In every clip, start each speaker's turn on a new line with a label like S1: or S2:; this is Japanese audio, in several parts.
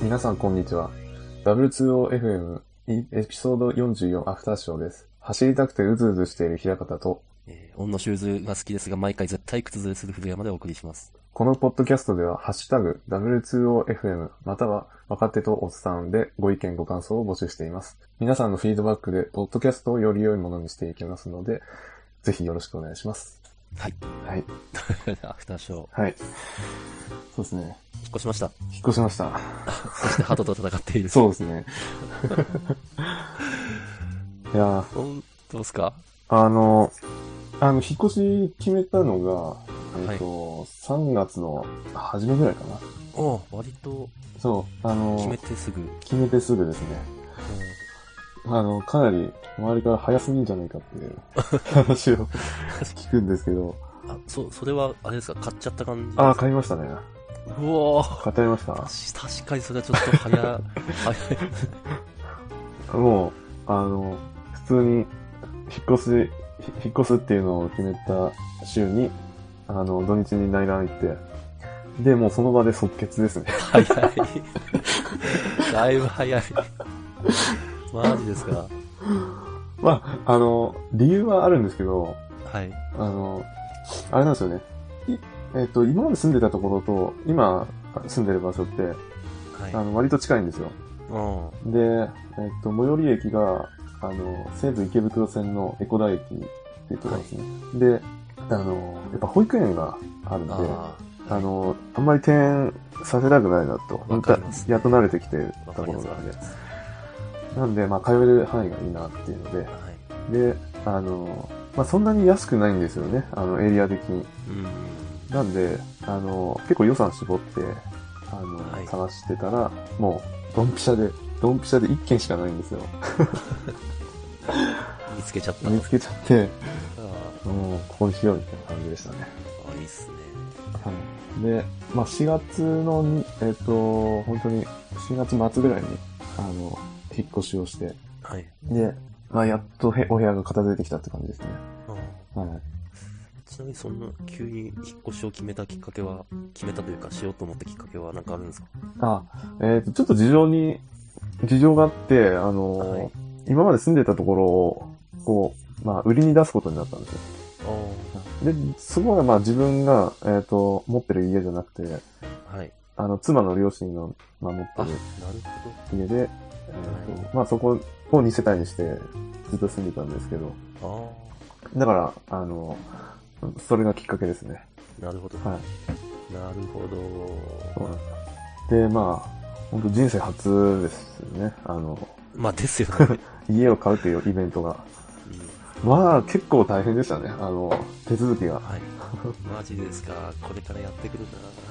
S1: 皆さんこんにちは。W2OFM エピソード44アフターショーです。走りたくてうずうずしている平方と、
S2: えー、オンのシューズが好きですが、毎回絶対靴ずれする古山でお送りします。
S1: このポッドキャストでは、ハッシュタグ W2OFM または若手とおっさんでご意見ご感想を募集しています。皆さんのフィードバックで、ポッドキャストをより良いものにしていきますので、ぜひよろしくお願いします。
S2: はい。
S1: はい。
S2: アフターショー。
S1: はい。そうですね。
S2: 引っ越しま した。
S1: 引っ越しました。
S2: そして鳩と戦っている。
S1: そうですね。 いやー
S2: 本当ですか
S1: あの、あの、引っ越し決めたのが、えっと、3月の初めぐらいかな。
S2: おう割と
S1: そう、あ
S2: 決め
S1: の、
S2: てすぐ。うん
S1: 決めてすぐですね。あの、かなり周りから早すぎんじゃないかっていう 話を聞くんですけど、
S2: あ、そ、それは、あれですか買っちゃった感じ
S1: ああ、買いましたね。
S2: うおー
S1: 買っちゃいました。
S2: 確かにそれはちょっと早、早い。
S1: もう、あの、普通に、引っ越し、ひ引っ越すっていうのを決めた週に、あの、土日に内覧行って、で、もうその場で即決ですね。
S2: 早い。だいぶ早い。マジですか
S1: まあ、あの、理由はあるんですけど、
S2: はい。
S1: あの、あれなんですよね。いえっと、今まで住んでたところと、今住んでる場所って、
S2: はい。
S1: あの、割と近いんですよ。
S2: うん。
S1: で、えっと、最寄り駅が、あの、西武池袋線の江古田駅っていうところですね。で、あの、やっぱ保育園があるんで、あ
S2: ああ。
S1: の、あんまり転園させたくないなと、
S2: わかります
S1: やっと慣れてきてた
S2: わ
S1: と
S2: か
S1: こ
S2: り
S1: ろ
S2: ます。
S1: な
S2: わか
S1: ん
S2: り
S1: で
S2: ま。す
S1: なんで、まあ、通える範囲がいいなっていうので、
S2: はい。
S1: で、あの、まあ、そんなに安くないんですよね、あの、エリア的に。
S2: うん。
S1: なんで、あの、結構予算絞って、あの、
S2: はい
S1: 探してたら、もう、ドンピシャで、ドンピシャで1軒しかないんですよ。
S2: 見つけちゃった。
S1: 見つけちゃって、
S2: あ
S1: もう、ここにしようみたいな感じでしたね。
S2: あ、いいっすね。
S1: はい。で、まあ、4月のに、えっ、と、本当に、4月末ぐらいに、あの、引っ越しをして、
S2: はい。
S1: で、まあ、やっとへお部屋が片付いてきたって感じですね。
S2: あ
S1: はい。
S2: ちなみにそんな急に引っ越しを決めたきっかけは、決めたというかしようと思ったきっかけは何かあるんですか
S1: あ、えっ、と、ちょっと事情に、事情があって、あのー
S2: はい
S1: 今まで住んでたところを、こう、まあ、売りに出すことになったんですよ。
S2: あ
S1: で、そこがまあ自分が、えっ、と、持ってる家じゃなくて、
S2: あ。はい。
S1: あの、妻の両親が、まあ、持
S2: あ、
S1: っ
S2: な
S1: て
S2: る
S1: る
S2: ほど。
S1: 家で、えーとまあそこを2世帯にして、ずっと住んでたんですけど、
S2: あ
S1: だから、あの、それがきっかけですね。
S2: あ、なるほど。
S1: はい。
S2: なるほ
S1: そ
S2: ど
S1: う。なんですで、まあ、本当人生初ですよね。あの、
S2: まあです よね。
S1: 家を買うというイベントが。
S2: うん
S1: まあ、結構大変でしたね。あの、手続きが。
S2: はい。マジですか。これからやってくるな。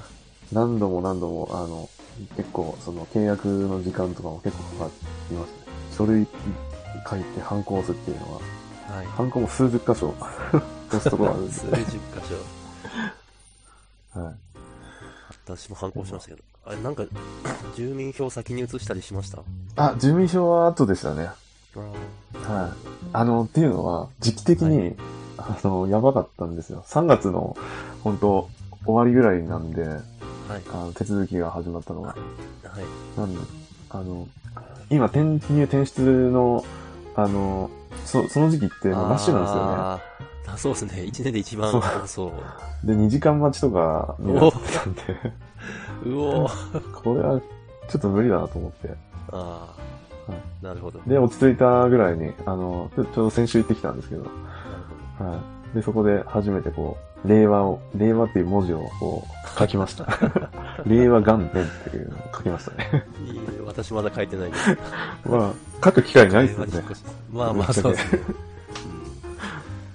S1: 何度も何度も、あの、結構、その、契約の時間とかも結構かかっていますね。書類書いて、反抗するっていうのは、
S2: はい。
S1: 反抗も数十箇所 押すところあるんで。
S2: 数十箇所。
S1: はい。
S2: 私も反抗しましたけど。あれ、なんか、 住民票先に移したりしましたあ
S1: あ、住民票は後でしたね。
S2: あ。
S1: はい。あの、っていうのは、時期的に、
S2: は
S1: あの、やばかったんですよ。3月の、本当終わりぐらいなんで、
S2: はい。
S1: あの、手続きが始まったのが。
S2: はい。
S1: なんで、あの、今、転入転出の、あの、そその時期ってもうラッシュなん
S2: あーあそうですね。一年で一番
S1: そう
S2: 多そう。
S1: ですよね。で、2時間待ちとかになってたんで、
S2: うおー。
S1: これはちょっと無理だなと思って。
S2: あ
S1: は
S2: あ。なるほど。
S1: で、落ち着いたぐらいに、あの、ちょちょうど先週行ってきたんですけど、
S2: なるほど
S1: はい。で、そこで初めてこう、令和を、令和っていう文字をこう、書きま した。令和元年っていうのを書きましたね。
S2: いいえ私まだ書いてないです。
S1: まあ、書く機会ないですよね
S2: 令和に引っ。越し まあまあ、そうですね。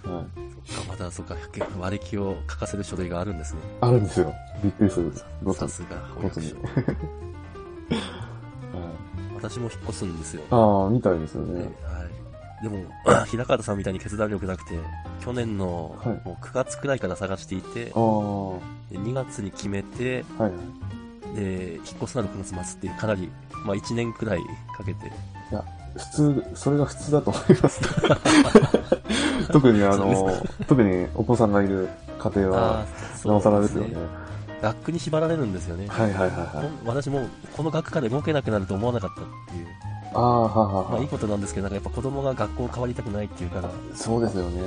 S2: うん
S1: はい。
S2: そっか、まだそっか、割り気を書かせる書類があるんですね。
S1: あるんですよ。びっくりする。ごと
S2: さ
S1: に
S2: すが、保
S1: ごと
S2: 育
S1: に
S2: 所。。
S1: はい
S2: 私も引っ越すんですよ。
S1: ああ、みたいですよ
S2: では
S1: ね。
S2: い。でも、 平川さんみたいに決断力なくて、去年の
S1: はい
S2: もう9月くらいから探していて、
S1: ああ、は
S2: で2月に決めて、
S1: いはい。
S2: で、引っ越すなら6月末っていう、かなり、まあ1年くらいかけて、
S1: 普通、それが普通だと思います。 特にあの、特にお子さんがいる家庭は、
S2: あーそう
S1: なおさらですよね。
S2: そうラックに縛られるんですよね。
S1: はいはいはいはい。
S2: こん私もこの学科で動けなくなると思わなかったっていう、
S1: ああ、はあはあ
S2: まあ、いい
S1: は
S2: ことなんですけど、なんかやっぱ子供が学校変わりたくないっていうから、
S1: あ。そうですよね。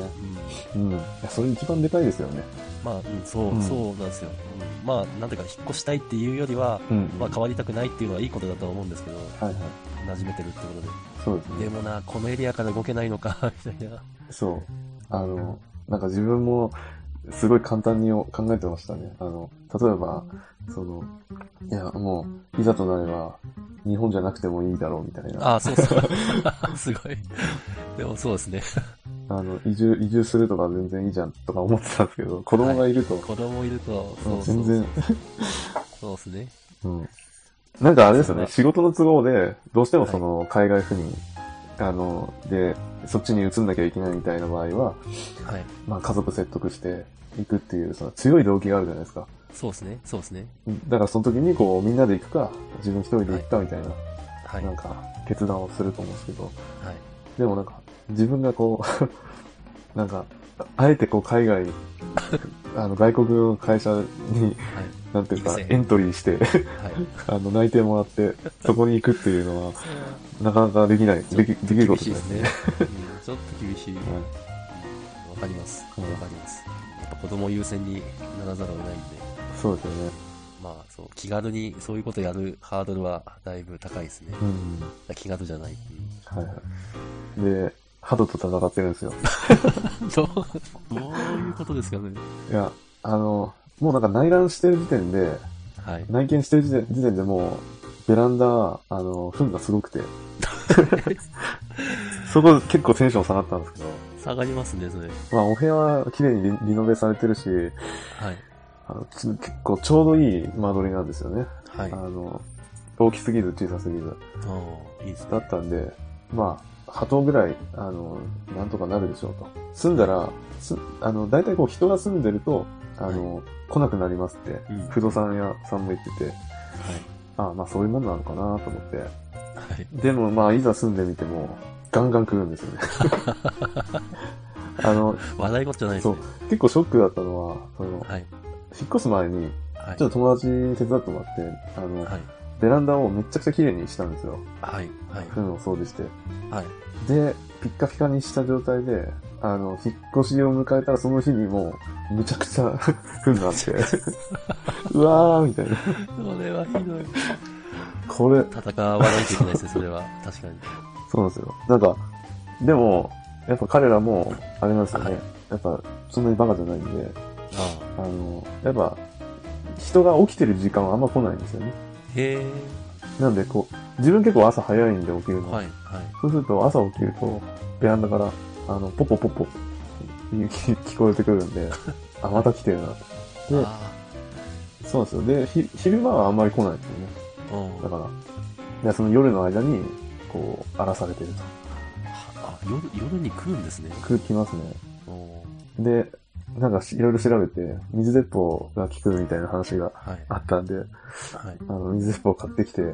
S2: うん
S1: うん。いやそれ一番でかいですよね。
S2: まあ、うん、そう、
S1: うん
S2: そうなんですよ。うんまあ、なんていうか、引っ越したいっていうよりは、
S1: うん。
S2: まあ、変わりたくないっていうのはいいことだとは思うんですけど、
S1: はいはい。
S2: 馴染めてるってことで。
S1: そうですね。
S2: でもな、このエリアから動けないのか、み たいな。
S1: そう。あの、なんか自分も、すごい簡単に考えてましたね。あの、例えば、その、いや、もう、いざとなれば、日本じゃなくてもいいだろうみたいな。
S2: ああ、そうそう。 すごい。でもそうですね。
S1: あの、移住、移住するとか全然いいじゃんとか思ってたんですけど、子供がいると、
S2: 子供いると、
S1: う
S2: そ
S1: ん
S2: うそう
S1: 全然、
S2: そうですね。
S1: うん。なんかあれですよね、
S2: そ
S1: 仕事の都合で、どうしてもその、海外赴任、あの、で、そっちに移んなきゃいけないみたいな場合は、
S2: はい。
S1: まあ家族説得して行くっていう、その強い動機があるじゃないですか。
S2: そうですね。そうですね。
S1: うんだからその時にこう、みんなで行くか、自分一人で行くかみたいな、
S2: はい。
S1: な
S2: は
S1: ん
S2: い。
S1: か、決断をすると思うんですけど、でもなんか、自分がこう、 なんか、あえてこう、海 外、あの、外国の会社に、
S2: はい。
S1: なんていうか、
S2: 行くぜ
S1: エントリーして、
S2: はい。
S1: あの、内定もらって、そこに行くっていうのは、なかなかできない、でき、できるこ
S2: 厳
S1: と
S2: し
S1: じ
S2: い
S1: ゃ
S2: で
S1: ない
S2: すね。うんちょっと厳しい。
S1: は
S2: わかります。
S1: う
S2: わ
S1: ん
S2: かります。やっぱ子供優先にならざるを得ないんで。
S1: い。そうですよね。
S2: まあそう、気軽にそういうことやるハードルはだいぶ高いですね。
S1: うん。
S2: 気軽じゃない。う
S1: はいはい。で、ハトと戦ってるんですよ。
S2: んどう、どういうことですかね。
S1: いや、あの、もうなんか内覧してる時点で、
S2: はい。
S1: 内見してる時点時点でもう、ベランダ、あの、糞がすごく て。そこ結構テンション下がったんですけど、
S2: 下がりますね、それ。
S1: まあお部屋は綺麗にリリノベされてるし、
S2: はい。
S1: あのつ結構ちょうどいい間取りなんですよね。
S2: はい
S1: あ。の、大きすぎず小さすぎず。
S2: うんいいですね。
S1: だったんで、まあ、波頭ぐらい、あの、なんとかなるでしょうと。住んだら、すあの、大体こう人が住んでると、あの、来なくなりますって
S2: うん、
S1: 不動産屋さんも言ってて、ああ、まあそういうもんなのかなと思って。
S2: はい。はい。
S1: でもまあ、いざ住んでみても、ガンガン来るん ですよね。あの、
S2: 話題事じゃないです
S1: そう
S2: ね。、
S1: 結構ショックだったのは、その、
S2: はい。
S1: 引っ越す前に、
S2: はい。
S1: ちょっと友達に手伝ってもらって、あの、
S2: はい。
S1: ベランダをめちゃくちゃ綺麗にしたんですよ。
S2: はい。はい。
S1: 糞を掃除して。
S2: はい。
S1: で、ピッカピカにした状態で、あの、引っ越しを迎えたらその日にもう、むちゃくちゃ、 糞があっ て、うわーみたいな。
S2: それはひどい。
S1: これ、
S2: 戦わないといけないですね、それ は。確かに。
S1: そうなんですよ。なんか、でも、やっぱ彼らも、あれなんですよ
S2: は
S1: ね
S2: い。
S1: やっぱ、そんなにバカじゃないんで、
S2: ああ。
S1: あの、やっぱ、人が起きてる時間はあんま来ないんですよね。
S2: へえ。
S1: なんで、こう、自分結構朝早いんで起きるの。
S2: はい。はい。
S1: そうすると、朝起きると、ベランダから、あの、ポポポ ポ、聞聞こえてくるん で、あ、また来てるなと。で、
S2: あ
S1: そうなんですよ。で、ひ昼間はあんまり来ないんですよね。
S2: あ。うん
S1: だ。から、でその夜の間に、こう、荒らされてると。
S2: あ、夜、夜に来るんですね。
S1: 空気ますね。
S2: うん
S1: で、なんかし、いろいろ調べて、水鉄砲が効くみたいな話が
S2: はい。
S1: あったんで、
S2: はい。
S1: あの、水鉄砲買ってきて、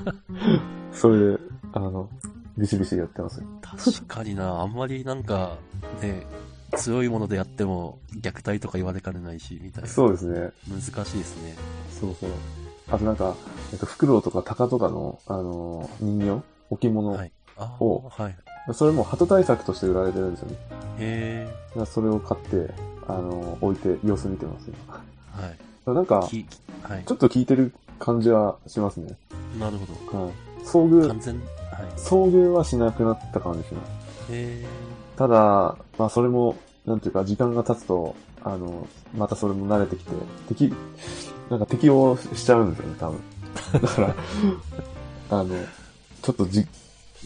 S1: それで、あの、ビシビシやってますよ。
S2: 確かにな、あんまりなんか、ね、強いものでやっても虐待とか言われかねないし、みたいな。
S1: そうですね。
S2: 難しいですね。
S1: そうそう。あとなんか、えっと、フクロウとかタカとかの、あのー人形置物、
S2: はい。ああ、
S1: お
S2: はい。
S1: それも鳩対策として売られてるんですよね。だか
S2: へえ。
S1: らそれを買って、あのー置いて様子見てますよ。だか
S2: はい。
S1: らなんか、ち
S2: き、きはい。
S1: ょっと聞いてる感じはしますね。
S2: なるほど。
S1: はい。遭遇
S2: 完、全、はい。
S1: 遭遇はしなくなった感じします。
S2: へえ。
S1: ただ、まあそれも、なんていうか、時間が経つと、あの、またそれも慣れてきて、敵、なんか適応しちゃうんですよね、多分。だから、あの、ちょっとじ、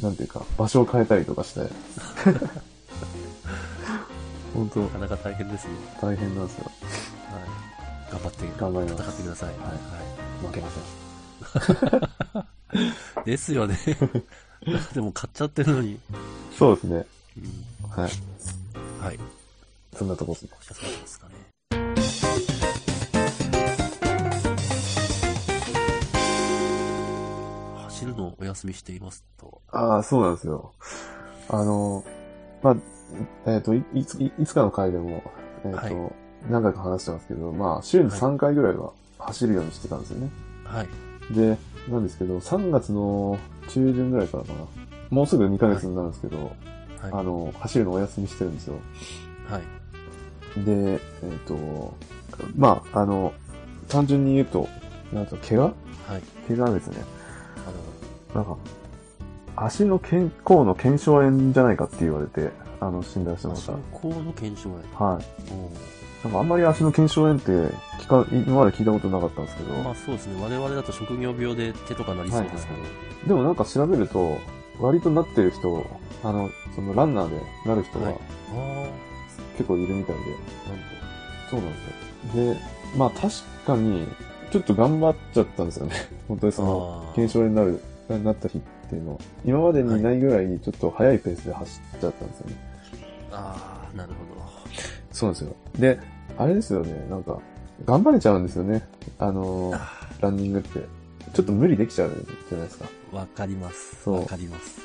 S1: なんていうか、場所を変えたりとかして。本
S2: なかなか大変ですね。
S1: 当大変なんですよ。
S2: はい。頑張って、
S1: 頑張ります
S2: 戦ってください。は
S1: 負けません。
S2: い。ですよね。 でも買っちゃってるのに。
S1: そうですね。
S2: うん
S1: はい。
S2: はい。
S1: そんなとこですね。
S2: そうですかね。走るのをお休みしていますと。
S1: ああ、そうなんですよ。あの、まあ、えっ、とい、いつ、いいつかの回でも、えっ、と、
S2: はい
S1: 何回か話してますけど、まあ、週に
S2: はい
S1: 3回ぐらいは走るようにしてたんですよね。
S2: はい。
S1: で、なんですけど、3月の中旬ぐらいからかな。もうすぐ2ヶ月になるんですけど、
S2: はい。
S1: あの、走るのお休みしてるんですよ。
S2: はい。
S1: で、えっ、と、まあ、あの、単純に言うと、なんと、怪我
S2: はい。
S1: 怪我ですね。
S2: あの、
S1: なんか、足の健康の腱鞘炎じゃないかって言われて、あの、診断してまし
S2: 足
S1: た
S2: の。甲の検証や。
S1: はい。
S2: う
S1: なんかあんまり足の腱鞘炎って聞か、今まで聞いたことなかったんですけど、
S2: ん。まあそうですね。我々だと職業病で手とかなりそうですけど。
S1: でもなんか調べると、割となってる人、あの、そのランナーでなる人
S2: は
S1: はい
S2: あ
S1: 結構いるみたいで、
S2: あ、なんと。
S1: そうなんですよ。で、まあ確かに、ちょっと頑張っちゃったんですよね。 本当にその、
S2: あー
S1: 腱鞘炎になる、なった日っていうのは。今までにないぐらいちょっと速いペースで走っちゃったんですよね。
S2: あーなるほど。
S1: そうなんですよ。で、あれですよね、なんか、頑張れちゃうんですよね。あのー、ランニングって。ちょっと無理できちゃうじゃないですか。
S2: わかります。
S1: そう
S2: わかります。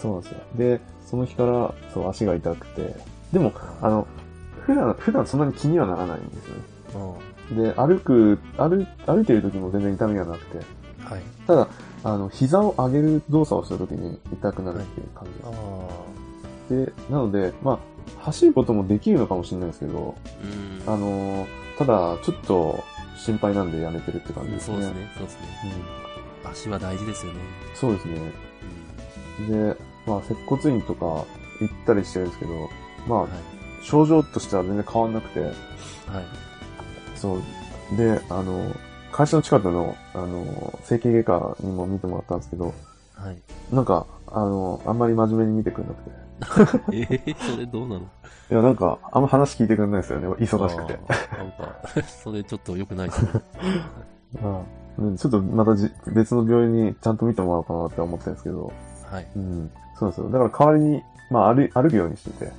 S1: そうなんですよ。で、その日から、そう、足が痛くて。でも、あの、普段、普段そんなに気にはならないんですよね。
S2: うん。
S1: で、歩く、歩、歩いてる時も全然痛みがなくて。
S2: はい。
S1: ただ、あの、膝を上げる動作をした時に痛くなるっていう感
S2: ああ、
S1: じ。で、なので、まあ、走ることもできるのかもしれないですけど、
S2: うん。
S1: あのー、ただ、ちょっと心配なんでやめてるって感じです
S2: そう
S1: ね。
S2: ですね。そうですね。
S1: うん
S2: 足は大事ですよね。
S1: そうですね。で、まあ、接骨院とか行ったりしてるんですけど、
S2: うん。
S1: ま
S2: は
S1: あ、症状としては全然変わんなくて、
S2: い。はい。
S1: そう。で、あの、会社の近くの、あの、整形外科にも見てもらったんですけど、
S2: はい。
S1: なんか、あの、あんまり真面目に見てくれなくて。
S2: ええそれどうなの
S1: いや、なんか、あんま話聞いてくれないですよね。 忙しくて。
S2: あーなんか、それちょっと良くないですね。
S1: うん、ちょっとまたじ別の病院にちゃんと見てもらおうかなって思ってるんですけど、
S2: はい。
S1: うん。そうなんですよ。だから代わりに、まあ、歩い歩くようにしてて。
S2: は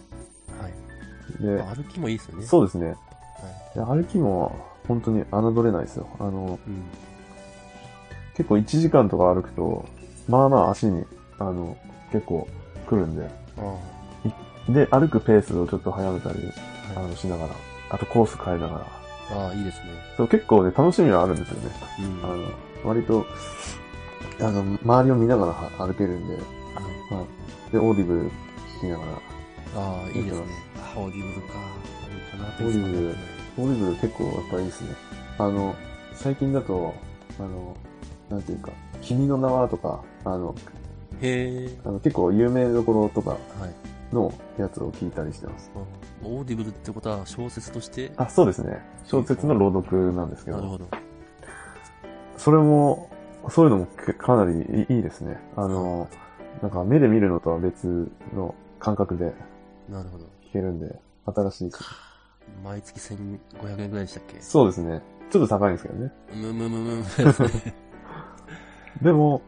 S2: い。
S1: で、
S2: 歩きもいいですよね。
S1: そうですね。
S2: はい。
S1: で歩きも本当に侮れないですよ。あの、
S2: うん。
S1: 結構1時間とか歩くと、まあまあ足に、あの、結構来るんで。
S2: ああ
S1: で、歩くペースをちょっと早めたり、あ
S2: はい。
S1: の、しながら、あとコース変えながら。
S2: ああ、いいですね。
S1: そう、結構ね、楽しみはあるんですよね。
S2: うん。
S1: あ
S2: はい。
S1: の、割と、あの、周りを見ながらは歩けるんで、で、オーディブル聞きながら、
S2: ああ、いいですね。ああ、オーディブルか。いいかなって
S1: オーディブルオーディブル結構やっぱいいですね。あの、最近だと、あの、なんていうか、君の名はとか、あの、
S2: へえ。
S1: あの結構有名どころとか
S2: はい。
S1: のやつを聞いたりしてます。
S2: うんオーディブルってことは小説として、
S1: あ、そうですね。小説の朗読なんですけ
S2: なる
S1: ど、
S2: ほど。
S1: それも、そういうのもけかなりいいいいですね。あの、なんか目で見るのとは別の感覚で
S2: なるほど。
S1: 聞けるんで、新しいし。
S2: 毎月1500円ぐらいでしたっけ
S1: そうですね。ちょっと高いんですけどね。
S2: むむむむむ。
S1: でも、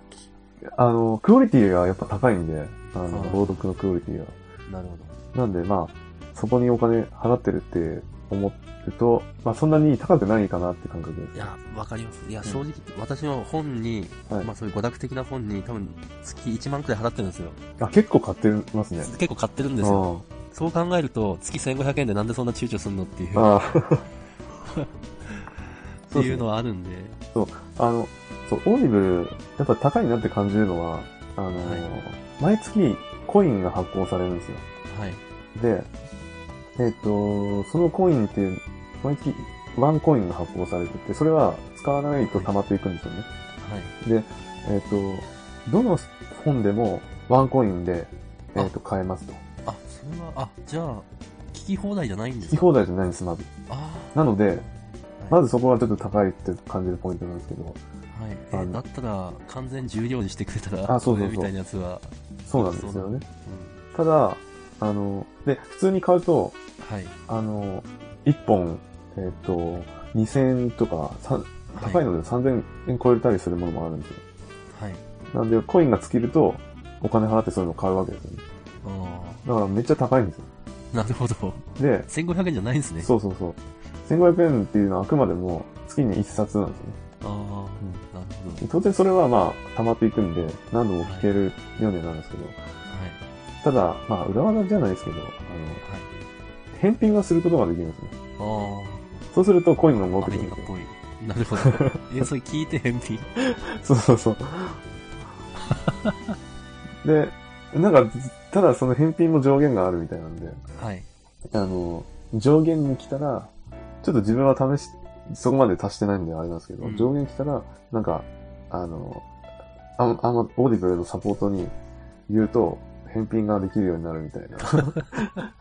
S1: あの、クオリティがやっぱ高いんで、あの
S2: あ、ー
S1: 朗読のクオリティが。
S2: なるほど。
S1: なんで、まあ、そこにお金払ってるって思うと、まあ、そんなに高くないかなって感覚です。
S2: いや、わかります。いや、正直、私の本に、
S1: はい
S2: まあそういう娯楽的な本に、多分月1万くらい払ってるんですよ。
S1: あ、結構買ってますね。
S2: 結構買ってるんですよ。そう考えると、月1500円でなんでそんな躊躇すんのっていう、
S1: あ
S2: っ
S1: あ。
S2: ていうのはあるんで。
S1: あの、そう、オーディブル、やっぱ高いなって感じるのは、あのー、
S2: は
S1: 毎月コインが発行されるんですよ。
S2: はい。
S1: で、えっ、と、そのコインって、毎月ワンコインが発行されてて、それは使わないと溜まっていくんですよね。
S2: はい。
S1: で、えっ、と、どの本でもワンコインで、えっ、と、買えますと。
S2: あ、それは、あ、じゃあ、聞き放題じゃないんで
S1: 聞
S2: す
S1: き
S2: か
S1: 放題じゃないんです、まず。
S2: ああ。
S1: なので、ま
S2: ず、
S1: ずそこはちょっと高いって感じるポイントなんですけど、
S2: はい。え
S1: あの
S2: だったら、完全重量にしてくれたら、
S1: あそうそうそう
S2: れみたいなやつは、
S1: そうなんですよね。
S2: うん。
S1: ただ、あの、で、普通に買うと、
S2: はい。
S1: あの、1本、えっ、と、2000円とか、さん高いので3000円超えたりするものもあるんですよ。
S2: はい。はい。
S1: なんで、コインが尽きると、お金払ってそういうのを買うわけですよね。
S2: あ
S1: だからめっちゃ高いんですよ。
S2: あ。なるほど。
S1: で、
S2: 1500円じゃないんですね。
S1: そうそうそう。1500円っていうのはあくまでも月に1冊なんですよね。
S2: ああ、
S1: ん
S2: なるほど。
S1: 当然それはまあ、溜まっていくんで、何度も聞けるようになるんですけど、
S2: はい。
S1: ただ、まあ、裏技じゃないですけど、あの、
S2: はい。
S1: 返品はすることができるんですね。
S2: あ
S1: そうするとコインが
S2: あ、
S1: 戻
S2: ア
S1: ってく
S2: メ
S1: る
S2: リ
S1: んで
S2: カっ
S1: すよ。
S2: ぽい。なるほ ど。え、それ聞いて返品。
S1: そうそうそう。で、なんか、ただその返品も上限があるみたいなんで、
S2: はい。
S1: あの、上限に来たら、ちょっと自分は試し、そこまで達してないんであれなんですけど、
S2: うん
S1: 上限来たら、なんか、あの、ああの、オーディブルのサポートに言うと、返品ができるようになるみたい な。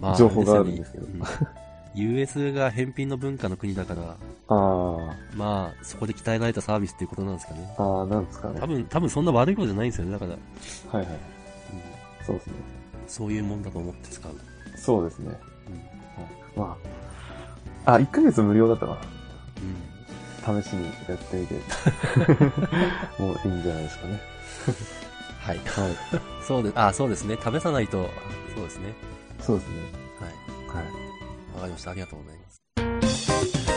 S2: まあ、
S1: 情報があるんですけど
S2: あれよね。うん US が返品の文化の国だから、
S1: あ
S2: まあ、そこで鍛えられたサービスっていうことなんですかね。
S1: あ、ああ、なんですかね。
S2: 多
S1: はい
S2: 分、多分そんな悪いことじゃないんですよね。だから、うん
S1: はい。そうですね。
S2: そういうもんだと思って使う。
S1: そうですね。
S2: うん
S1: はいまあ、あ、1ヶ月無料だったか
S2: うん
S1: な。試しにやって みて。もういいんじゃないですかね。
S2: はい。
S1: はい。
S2: そうで、あ、そうですね。試さないと、そうですね。
S1: そうですね。
S2: はい。
S1: はい。
S2: わかりました。ありがとうございます。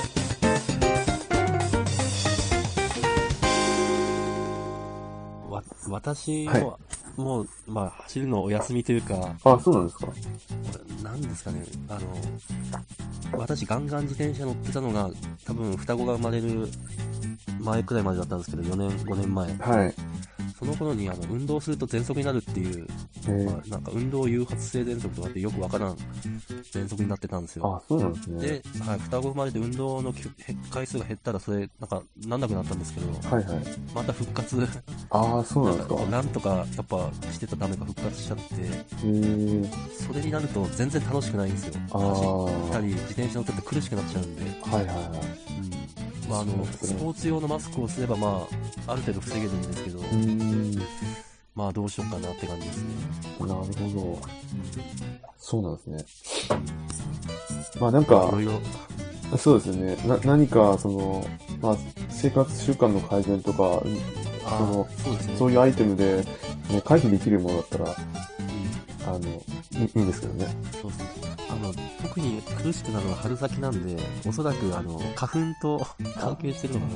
S2: わ、私も、
S1: は
S2: もう、まあ、走るのお休みというか、
S1: あ、そうなんですか
S2: なんですかね、あの、私ガンガン自転車乗ってたのが、多分双子が生まれる前くらいまでだったんですけど、4年、5年前。
S1: はい。
S2: その頃に、あの、運動すると喘息になるっていう、
S1: えー
S2: まあなんか運動誘発性喘息とかってよくわからん喘息になってたんですよ。
S1: あ、そうなんですね。
S2: で、はい、双子生まれて運動のきへ回数が減ったら、それ、なんか、なんなくなったんですけど、
S1: はいはい。
S2: また復活、なん
S1: ああ、そうなんですか。
S2: かなんとか、やっぱ、してたためか復活しちゃって、
S1: へえ。
S2: それになると全然楽しくないんですよ。
S1: ああ。
S2: 走った
S1: は
S2: り、自転車乗ってて苦しくなっちゃうんで、
S1: いはいは
S2: まあ、あ
S1: そう
S2: の、
S1: です
S2: ス
S1: ね
S2: ポーツ用のマスクをすれば、まあ、ある程度防げるんですけど、
S1: い。うーん。なる
S2: まあ、どうしようかなって感じですね。
S1: ほど。そうなんですね。まあなんか
S2: い、ろいろ、
S1: そうですね。な、何か、その、まあ、生活習慣の改善とか、
S2: あ
S1: その
S2: ーそうですね。
S1: そう
S2: い
S1: いうアイテムで、ね、回避できるものだったら、
S2: うん
S1: あの、いいいんですけどね。
S2: そうそう。あの、特に苦しくなるのは春先なんで、おそらく、あの、花粉と関係してるのか
S1: な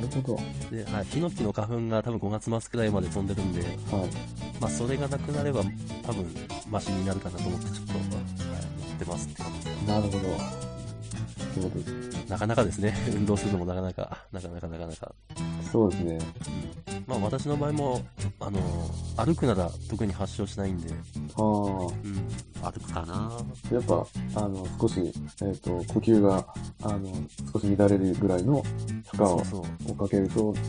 S1: るほど。
S2: な。で、はい、ヒノキの花粉が多分5月末くらいまで飛んでるんで、
S1: はい。
S2: まあ、それがなくなれば、多分、マシになるかなと思って、ちょっと、はい、やってますって感じで
S1: なるほど。そういうことです
S2: す。なかなかですね、 運動するのもなかなか、なかなかなかなか。
S1: そうですね。
S2: まあ、私の場合も、あの、歩くなら特に発症しないんで、
S1: ああ。
S2: うん、歩くかな
S1: やっぱ、あの、少し、えっ、と、呼吸が、あの、少し乱れるぐらいの負荷
S2: そ
S1: を
S2: うそう。
S1: をかけると、ね、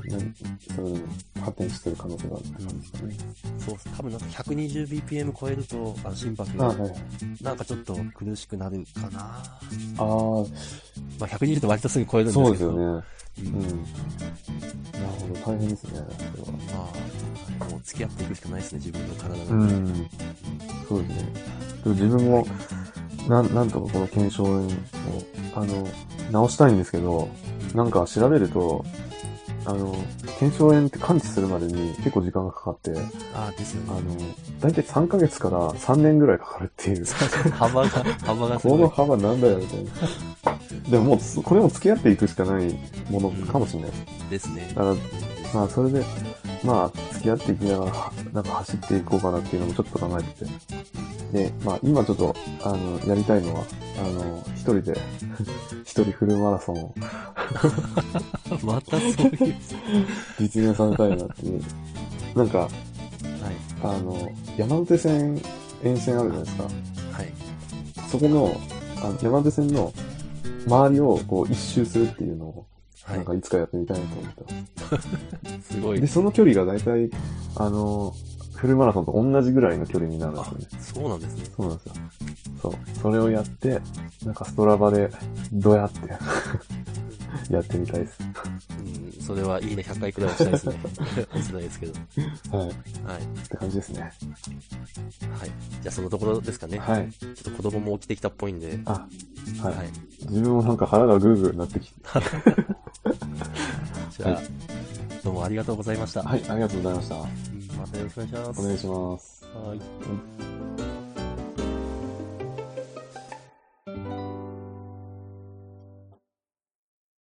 S1: それでも発展してる可能性があるって感じですかね。
S2: そう、多分なんか 120bpm 超えると、あの心拍
S1: あ
S2: が
S1: はいはい。
S2: なんかちょっと苦しくなるかな。
S1: あ
S2: まあ、120って割とすぐ超える
S1: あ、
S2: んで
S1: そ
S2: す
S1: う
S2: け
S1: ですよ
S2: ど。
S1: ね。
S2: す
S1: うん。なるほど、大変ですね。それは。
S2: まあ、もう付き合っていくしかないですね、自分の体
S1: う
S2: が。
S1: ん。そうですね。でも自分も、なん、なんとかこの検証を、あの、直したいんですけど、なんか調べると、あの、検証炎って感知するまでに結構時間がかかって、
S2: ああ、ですよ
S1: あ
S2: ね。
S1: の、大体3ヶ月から3年ぐらいかかるっていう。
S2: 幅が、幅がす
S1: こ
S2: ご
S1: の
S2: い。
S1: 幅なんだよ、みたいな。でももうつ、これも付き合っていくしかないものかもしれないです。
S2: ですね。
S1: だから、まあ、それで、まあ、付き合っていきながらは、なんか走っていこうかなっていうのもちょっと考えてて。で、まあ、今ちょっと、あの、やりたいのは、あの、一人で、一人フルマラソンを
S2: またそういう。
S1: 実現させたいなっていう。なんか、
S2: はい。
S1: あの、山手線沿線あるじゃないですか。
S2: はい。
S1: そこの、あの山手線の周りをこう一周するっていうのを、
S2: は
S1: なんかいつかやってみたいなと思ってます。
S2: い。すごい
S1: で、。その距離が大体、あの、フルマラソンと同じぐらいの距離になるんです
S2: あ
S1: よね。、
S2: そうなんですね。
S1: そうなんですよ。そう。それをやって、なんかストラバで、どうやって、 やってみたいです。
S2: うん、それはいいね、100回くらいはしたいですね。 しないですけど。
S1: はい。っ
S2: はい。
S1: て感じですね。
S2: はい。じゃあ、そのところですかね。
S1: はい。
S2: ちょっと子供も起きてきたっぽいんで。
S1: あ、はい。
S2: はい。
S1: 自分もなんか腹がグーグーなってきて。
S2: じゃ
S1: は
S2: あ、どうもありがとうございました。
S1: はい、ありがとうございました。
S2: うんまたよろしくお願いします。
S1: お願いします。
S2: はい。